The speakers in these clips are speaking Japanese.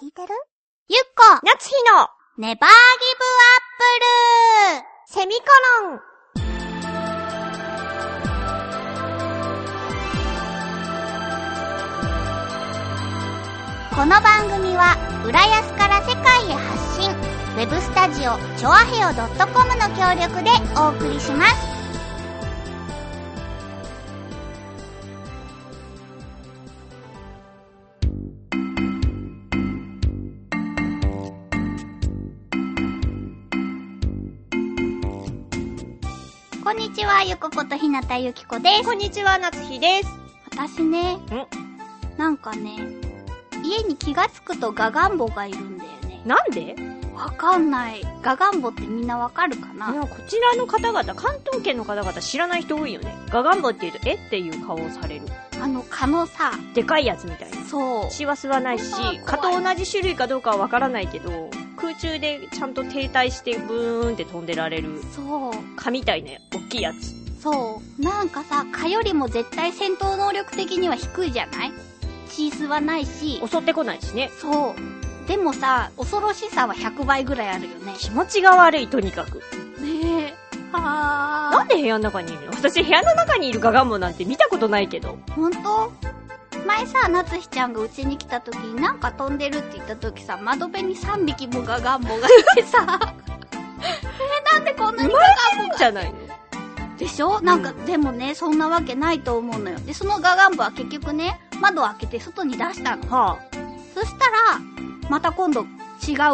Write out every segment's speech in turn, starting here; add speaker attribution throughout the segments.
Speaker 1: 聞いてるゆっこ
Speaker 2: 夏日の
Speaker 1: ネバーギブアップル
Speaker 2: セミコロン
Speaker 1: この番組は浦安から世界へ発信ウェブスタジオチョアヘオ .com の協力でお送りしますこんにちはゆこことひなたゆきこです
Speaker 2: こんにちは夏日です
Speaker 1: 私ねなんかね家に気がつくとガガンボがいるんだよね
Speaker 2: なんで
Speaker 1: わかんない。ガガンボってみんなわかるかな、
Speaker 2: いやこちらの方々関東圏の方々知らない人多いよねガガンボって言うとえっていう顔をされる
Speaker 1: あの蚊のさ、
Speaker 2: でかいやつみたいな
Speaker 1: そう。
Speaker 2: 血は吸わないし
Speaker 1: 本当は
Speaker 2: 蚊
Speaker 1: 怖い
Speaker 2: と同じ種類かどうかはわからないけど空中でちゃんと停滞してブーンって飛んでられる
Speaker 1: そう。
Speaker 2: 蚊みたいな大きいやつ
Speaker 1: そう。なんかさ、蚊よりも絶対戦闘能力的には低いじゃない血吸わないし。
Speaker 2: 襲ってこないしね
Speaker 1: そう。でもさ、恐ろしさは100倍ぐらいあるよね。
Speaker 2: 気持ちが悪いとにかく
Speaker 1: ねえ。は
Speaker 2: なんで部屋の中にいるの私部屋の中にいるガガンボなんて見たことないけど
Speaker 1: あ。ほんと前さ、なつひちゃんがうちに来た時になんか飛んでるって言った時さ、窓辺に3匹もガガンボがいてさ、え、なんでこんなにガガンボが
Speaker 2: じゃないの
Speaker 1: でしょなんか、
Speaker 2: う
Speaker 1: でもね、そんなわけないと思うのよ。で、そのガガンボは結局ね、窓を開けて外に出したの。
Speaker 2: は
Speaker 1: そしたら、また今度、違う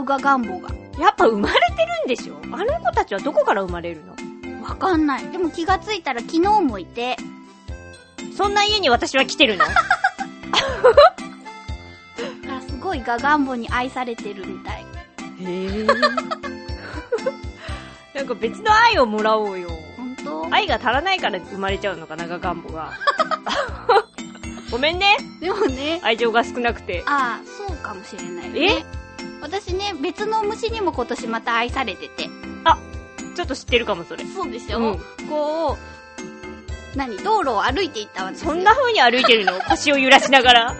Speaker 1: ガガンボが。
Speaker 2: あやっぱ生まれてるんでしょあの子たちはどこから生まれるの
Speaker 1: わかんない。でも気がついたら昨日もいて、
Speaker 2: そんな家に私は来てるの
Speaker 1: だからすごいガガンボに愛されてるみたい。
Speaker 2: へえ なんか別の愛をもらおうよ
Speaker 1: ほんと
Speaker 2: 愛が足らないから生まれちゃうのかなガガンボ がごめんね
Speaker 1: でもね、
Speaker 2: 愛情が少なくて
Speaker 1: ああ、そうかもしれないよね。私ね、別の虫にも今年また愛されてて。
Speaker 2: ちょっと知ってるかもそれ
Speaker 1: そうでし
Speaker 2: うん
Speaker 1: こう、何、道路を歩いていったわけですよ
Speaker 2: そんな風に歩いてるの腰を揺らしながら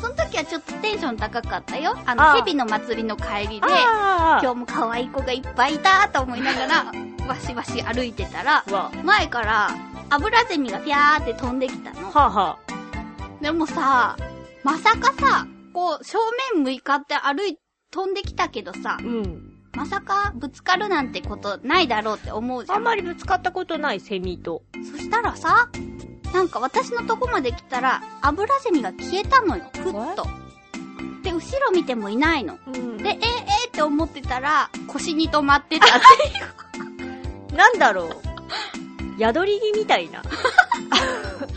Speaker 1: その時はちょっとテンション高かったよ。あ
Speaker 2: あ
Speaker 1: の、
Speaker 2: あ
Speaker 1: 蛇の祭りの帰りで、
Speaker 2: あ
Speaker 1: 今日も可愛い子がいっぱいいたと思いながら、 わしわし歩いてたら、
Speaker 2: 日は
Speaker 1: 前から、アブラゼミがピャーって飛んできたの。
Speaker 2: はあ、はあ、
Speaker 1: でもさ、まさかさ、こう、正面向いかって歩い、飛んできたけどさ、
Speaker 2: うん
Speaker 1: まさかぶつかるなんてことないだろうって思うじゃ
Speaker 2: あん
Speaker 1: ん。
Speaker 2: まりぶつかったことないセミと。
Speaker 1: そしたらさ、なんか私のとこまで来たら、アブラゼミが消えたのよ、ふっと。で、後ろ見てもいないの。
Speaker 2: うん
Speaker 1: で、え
Speaker 2: で、
Speaker 1: ー、えー、って思ってたら、腰に止まってた って。
Speaker 2: なんだろう。 宿り木みたい な。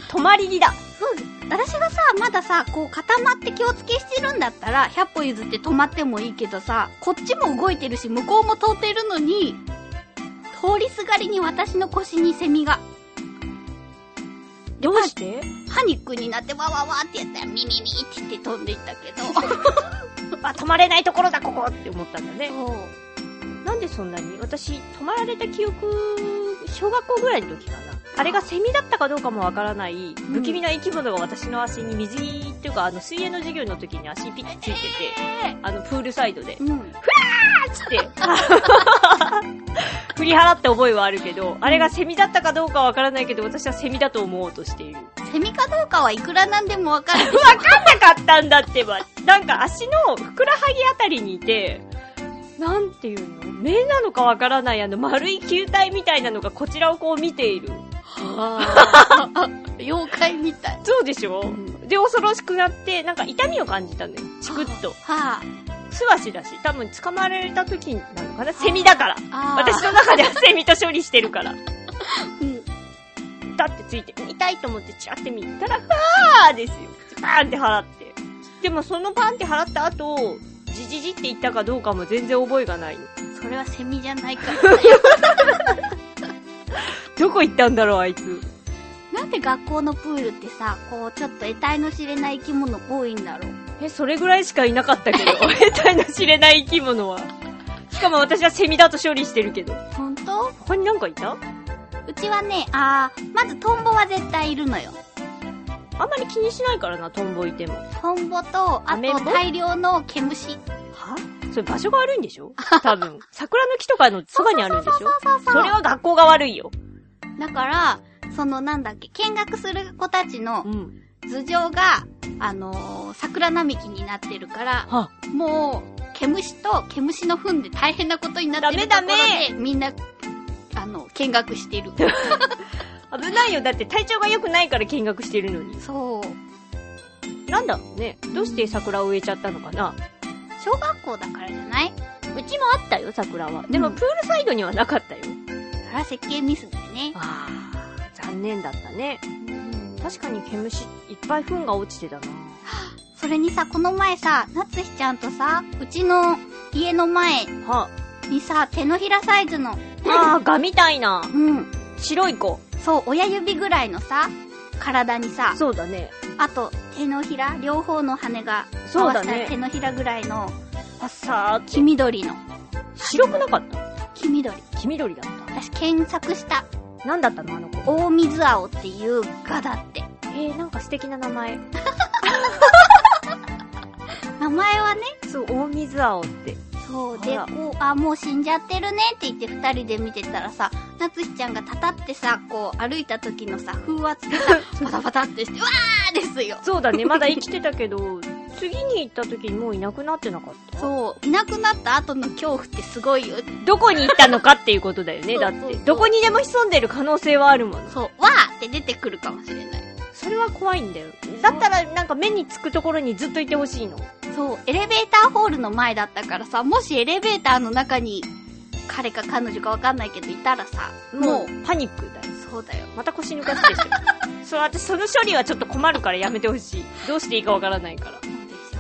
Speaker 2: 止まり木だ。
Speaker 1: そう私がさ、まださ、こう固まって気をつけしてるんだったら、100歩譲って止まってもいいけどさ、こっちも動いてるし、向こうも通ってるのに、通りすがりに私の腰にセミが、
Speaker 2: どうして
Speaker 1: パニックになってわわわってやったら、ミミミって言って飛んでいったけど。
Speaker 2: あ、止まれないところだ、ここって思ったんだね。
Speaker 1: そう。
Speaker 2: なんでそんなに私、止まられた記憶、小学校ぐらいの時かな。あれがセミだったかどうかもわからない、不気味な生き物が私の足に水着っていうか、あの、水泳の授業の時に足ピッてついてて、あの、プールサイドで、
Speaker 1: うん。
Speaker 2: つって、振り払った覚えはあるけど、あれがセミだったかどうかはわからないけど、私はセミだと思おうとしている。
Speaker 1: セミかどうかはいくらなんでもわかる。
Speaker 2: なかったんだってば。なんか足のふくらはぎあたりにいて、なんていうの目なのかわからないあの丸い球体みたいなのがこちらをこう見ている。
Speaker 1: 妖怪みたい。
Speaker 2: そうでしょ、
Speaker 1: ん
Speaker 2: で、恐ろしくなって、なんか痛みを感じたのよ。チクッと。
Speaker 1: は
Speaker 2: 素足だし、多分捕まれた時なのかなセミだから。
Speaker 1: あ、ああ。
Speaker 2: 私の中ではセミと処理してるから。
Speaker 1: うん。
Speaker 2: だってついて、痛いと思ってチラって見たら、ファーですよ。バーンって払って。でもそのバーンって払った後、じじじって言ったかどうかも全然覚えがない。
Speaker 1: それはセミじゃないからだよ。
Speaker 2: どこ行ったんだろう、あいつ。
Speaker 1: なんで学校のプールってさ、こう、ちょっと得体の知れない生き物多いんだろう。
Speaker 2: え、それぐらいしかいなかったけど、 得体の知れない生き物は。しかも私はセミだと処理してるけど。
Speaker 1: ほんと
Speaker 2: 他になんかいた
Speaker 1: うちはね、あー、まずトンボは絶対いるのよ。
Speaker 2: あんまり気にしないからな、トンボいても。
Speaker 1: トンボと、あ
Speaker 2: アメンボ
Speaker 1: と大量の毛虫。
Speaker 2: はそれ場所が悪いんでし ょ多分。桜の木とかのそばにあるんでしょ
Speaker 1: そうそう
Speaker 2: それは学校が悪いよ。
Speaker 1: だから、そのなんだっけ、見学する子たちの
Speaker 2: ん。
Speaker 1: 頭上が、あのー桜並木になってるから、
Speaker 2: は
Speaker 1: もう、毛虫と毛虫の糞で大変なことになってるとこ
Speaker 2: ダ
Speaker 1: ろ
Speaker 2: メ
Speaker 1: で
Speaker 2: ダメ、
Speaker 1: みんな、あの、見学して る。
Speaker 2: 危ないよ。だって体調が良くないから見学してるのに。
Speaker 1: そう。
Speaker 2: なんだろうね。どうして桜を植えちゃったのかな
Speaker 1: 小学校だからじゃないう
Speaker 2: ちもあったよ、桜は。でも、
Speaker 1: うん
Speaker 2: プールサイドにはなかったよ。
Speaker 1: それは設計ミスだよね。
Speaker 2: あー、残念だったね。
Speaker 1: うん
Speaker 2: 確かに毛虫、いっぱい糞が落ちてたな。
Speaker 1: それにさ、この前さ、夏日ちゃんとさ、うちの家の前
Speaker 2: は
Speaker 1: にさ、手のひらサイズの、
Speaker 2: あ、あー、ガみたいな。
Speaker 1: うん、
Speaker 2: 白い子。
Speaker 1: そう、親指ぐらいのさ、体にさ、
Speaker 2: そうだね。
Speaker 1: あと、手のひら、両方の羽が合
Speaker 2: そう
Speaker 1: わ
Speaker 2: だ
Speaker 1: せた
Speaker 2: ね
Speaker 1: ら手のひらぐらいの、
Speaker 2: パッサー
Speaker 1: 黄緑の。
Speaker 2: 白くなかった
Speaker 1: 黄緑。
Speaker 2: 黄緑だっ
Speaker 1: 私検索した、
Speaker 2: た。なんだったのあの子。
Speaker 1: 大水青っていう画だって。
Speaker 2: えー、なんか素敵な名前。
Speaker 1: 名前はね、
Speaker 2: そう、大水青って。
Speaker 1: そうで、
Speaker 2: あら
Speaker 1: こう、あ、もう死んじゃってるねって言って二人で見てたらさ、夏日ちゃんがたたってさ、こう歩いた時のさ、風圧で さ、パタパタってして、うわーですよ。
Speaker 2: そうだね、まだ生きてたけ ど、次に行った時にもういなくなってなかった。
Speaker 1: そう、いなくなった後の恐怖ってすごいよ。
Speaker 2: どこに行ったのかっていうことだよね、
Speaker 1: そうそ
Speaker 2: だ
Speaker 1: う
Speaker 2: っ
Speaker 1: そう
Speaker 2: て。どこにでも潜んでる可能性はあるもん。
Speaker 1: そう、わーって出てくるかもしれない。
Speaker 2: それは怖いんだよ。だったら、なんか目につくところにずっといてほしいの。
Speaker 1: そう、エレベーターホールの前だったからさ、もしエレベーターの中に、彼か彼女かわかんないけどいたらさ、もう
Speaker 2: もう、、パニックだよ。
Speaker 1: そうだよ。
Speaker 2: また腰抜かすでし ょ。そう、私その処理はちょっと困るからやめてほしい。どうしていいかわからないから。
Speaker 1: そうでし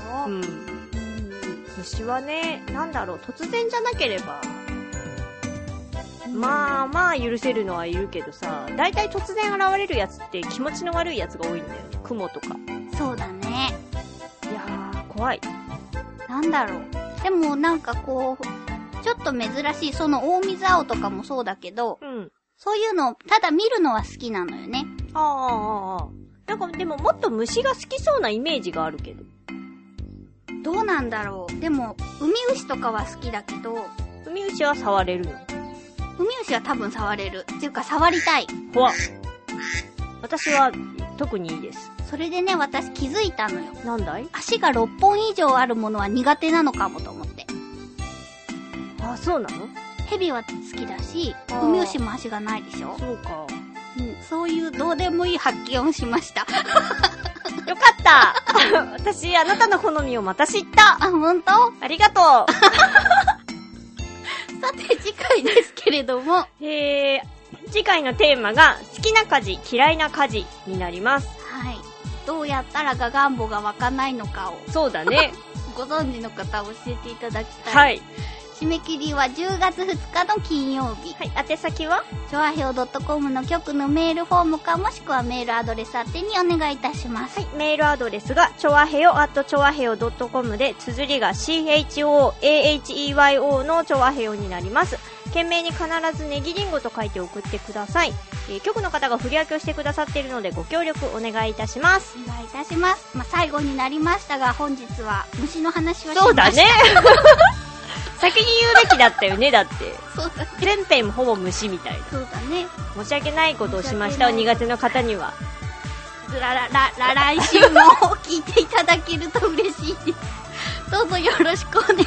Speaker 1: ょ、
Speaker 2: うん。虫はね、なんだろう、突然じゃなければ、まあまあ許せるのはいるけどさ、大体突然現れるやつって気持ちの悪いやつが多いんだよね。雲と
Speaker 1: あ、
Speaker 2: か。
Speaker 1: そうだね。
Speaker 2: いやー、怖い。
Speaker 1: なんだろう。でもなんかこう、ちょっと珍しい、その大水青とかもそうだけど、
Speaker 2: うん。
Speaker 1: そういうの、ただ見るのは好きなのよね。
Speaker 2: あーあー、あーあー。なんかでももっと虫が好きそうなイメージがあるけど。
Speaker 1: どうなんだろう。でも、ウミウシとかは好きだけど、
Speaker 2: ウミウシは触れるの。
Speaker 1: ウミウシは多分触れる。っていうか触りたい。
Speaker 2: 怖 っ私は特にいいです。
Speaker 1: それでね、私気づいたのよ。
Speaker 2: なんだい
Speaker 1: 足が6本以上あるものは苦手なのかもと思って。
Speaker 2: あ、そうなの
Speaker 1: ヘビは好きだし
Speaker 2: あ、ー
Speaker 1: ウミウシも足がないでしょ、
Speaker 2: そうか。
Speaker 1: うん、そういうどうでもいい発見をしました。
Speaker 2: よかった 私、あなたの好みをまた知った
Speaker 1: あ、本当
Speaker 2: ありがと
Speaker 1: さて次回ですけれども、
Speaker 2: うえー、次回のテーマが、好きな家事、嫌いな家事になります。
Speaker 1: はい。どうやったらガガンボが湧かないのかを
Speaker 2: そうだね。
Speaker 1: ご存知の方教えていただきたい。
Speaker 2: はい。
Speaker 1: 締め切りは10月2日の金曜日。
Speaker 2: はい、宛先は
Speaker 1: チョアヘオ .com の局のメールフォームかもしくはメールアドレス宛てにお願いいたします。
Speaker 2: はい、メールアドレスが、ちょわへよ at ちょわへよ .com で、綴りが CHOAHEYO のちょわへよになります。件名に必ずネギリンゴと書いて送ってください。えー、局の方が振り分けをしてくださっているので、ご協力お願いいたします。
Speaker 1: お願いいたします。まあ、最後になりましたが、本日は虫の話はしました。
Speaker 2: そうだね。先に言うべきだったよね、だって。
Speaker 1: そうだ。
Speaker 2: 全編ほぼ虫みたいな。
Speaker 1: そうだね。
Speaker 2: 申し訳ないことをしましたお苦手の方には。
Speaker 1: らららら来週も聞いていただけると嬉しいです。どうぞよろしくお願いい